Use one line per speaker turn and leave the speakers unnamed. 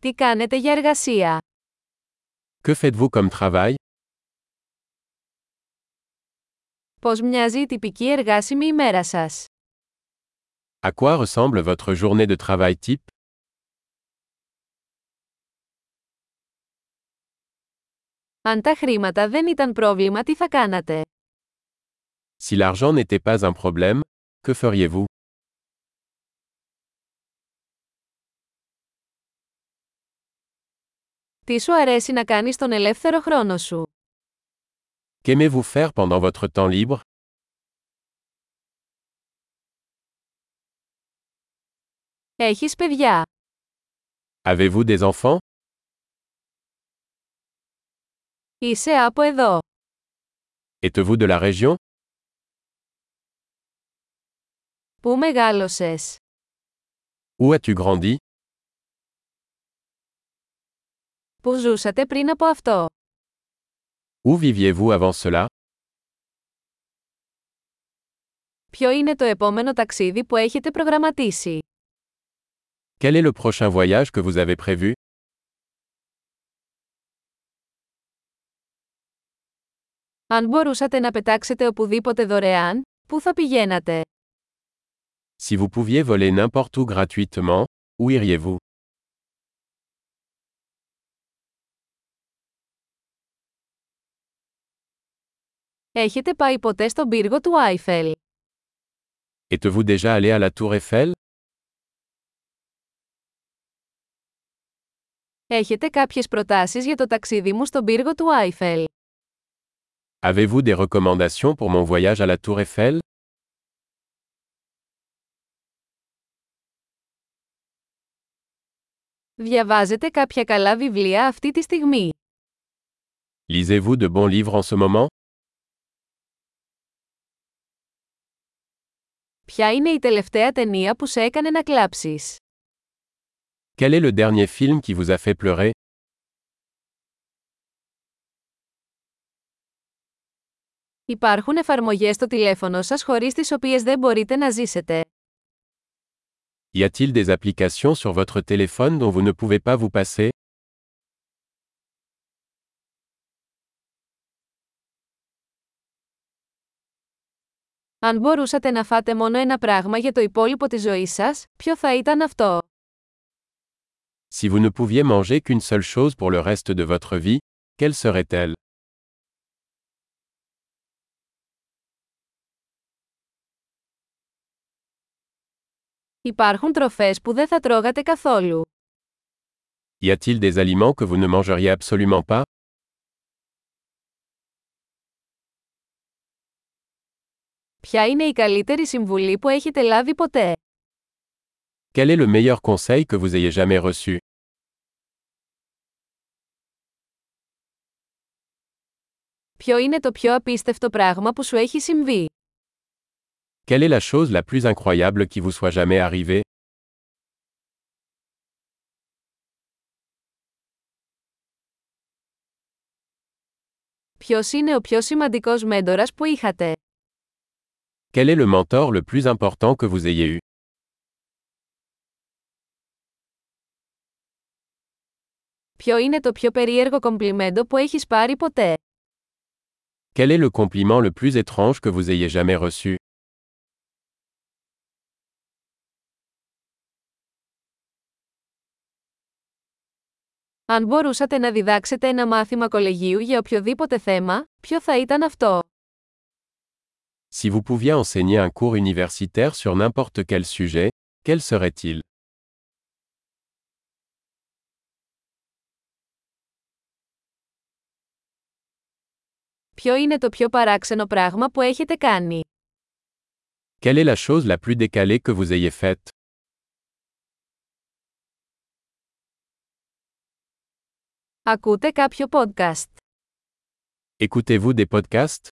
Τι κάνετε για εργασία?
Que faites-vous comme travail
Πώς μοιάζει η τυπική εργάσιμη ημέρα σας?
À quoi ressemble votre journée de travail type
Αν τα χρήματα δεν ήταν πρόβλημα, τι θα κάνατε?
Si l'argent n'était pas un problème, que feriez-vous
Τι σου αρέσει να κάνεις τον ελεύθερο χρόνο σου?
Qu'aimez-vous faire pendant votre temps libre
Έχεις παιδιά.
Avez-vous des enfants
Είσαι από εδώ.
Êtes-vous de la région
Πού μεγάλωσες?
Où as-tu grandi
Πού ζούσατε πριν από αυτό?
Où viviez-vous avant cela
Ποιο είναι το επόμενο ταξίδι που έχετε προγραμματίσει?
Quel est le prochain voyage que vous avez prévu
Αν μπορούσατε να πετάξετε οπουδήποτε δωρεάν, πού θα πηγαίνατε?
Si vous pouviez voler n'importe où gratuitement, où iriez-vous
Έχετε πάει ποτέ στον πύργο του Άιφελ.
Êtes-vous déjà allé à la tour Eiffel
Έχετε κάποιες προτάσεις για το ταξίδι μου στον πύργο του Άιφελ.
Avez-vous des recommandations pour mon voyage à la tour Eiffel
Διαβάζετε κάποια καλά βιβλία αυτή τη στιγμή.
Lisez-vous de bons livres en ce moment
Ποια είναι η τελευταία ταινία που σε έκανε να κλάψεις?
Quel est le dernier film qui vous a fait pleurer
Υπάρχουν εφαρμογές στο τηλέφωνο σας χωρίς τις οποίες δεν μπορείτε να ζήσετε.
Y a-t-il des applications sur votre téléphone dont vous ne pouvez pas vous passer
Αν μπορούσατε να φάτε μόνο ένα πράγμα για το υπόλοιπο της ζωής σας, ποιο θα ήταν αυτό?
Si vous ne pouviez manger qu'une seule chose pour le reste de votre vie, quelle serait-elle
Υπάρχουν τροφές που δεν θα τρώγατε καθόλου.
Y a-t-il des aliments que vous ne mangeriez absolument pas
Ποια είναι η καλύτερη συμβουλή που έχετε λάβει ποτέ?
Quel est le meilleur conseil que vous ayez jamais reçu
Ποιο είναι το πιο απίστευτο πράγμα που σου έχει συμβεί?
Quelle est la chose la plus incroyable qui vous soit jamais arrivée
Ποιος είναι ο πιο σημαντικός μέντορας που είχατε?
Quel est le mentor le plus important que vous ayez eu
Ποιο είναι το πιο περίεργο κομπλιμέντο που έχεις πάρει ποτέ?
Quel est le compliment le plus étrange que vous ayez jamais reçu
Αν μπορούσατε να διδάξετε ένα μάθημα κολεγίου για οποιοδήποτε θέμα, ποιο θα ήταν αυτό?
Si vous pouviez enseigner un cours universitaire sur n'importe quel sujet, quel serait-il
Ποιο είναι το πιο παράξενο πράγμα που έχετε κάνει?
Quelle est la chose la plus décalée que vous ayez faite
Ακούτε κάποιο podcast.
Écoutez-vous des podcasts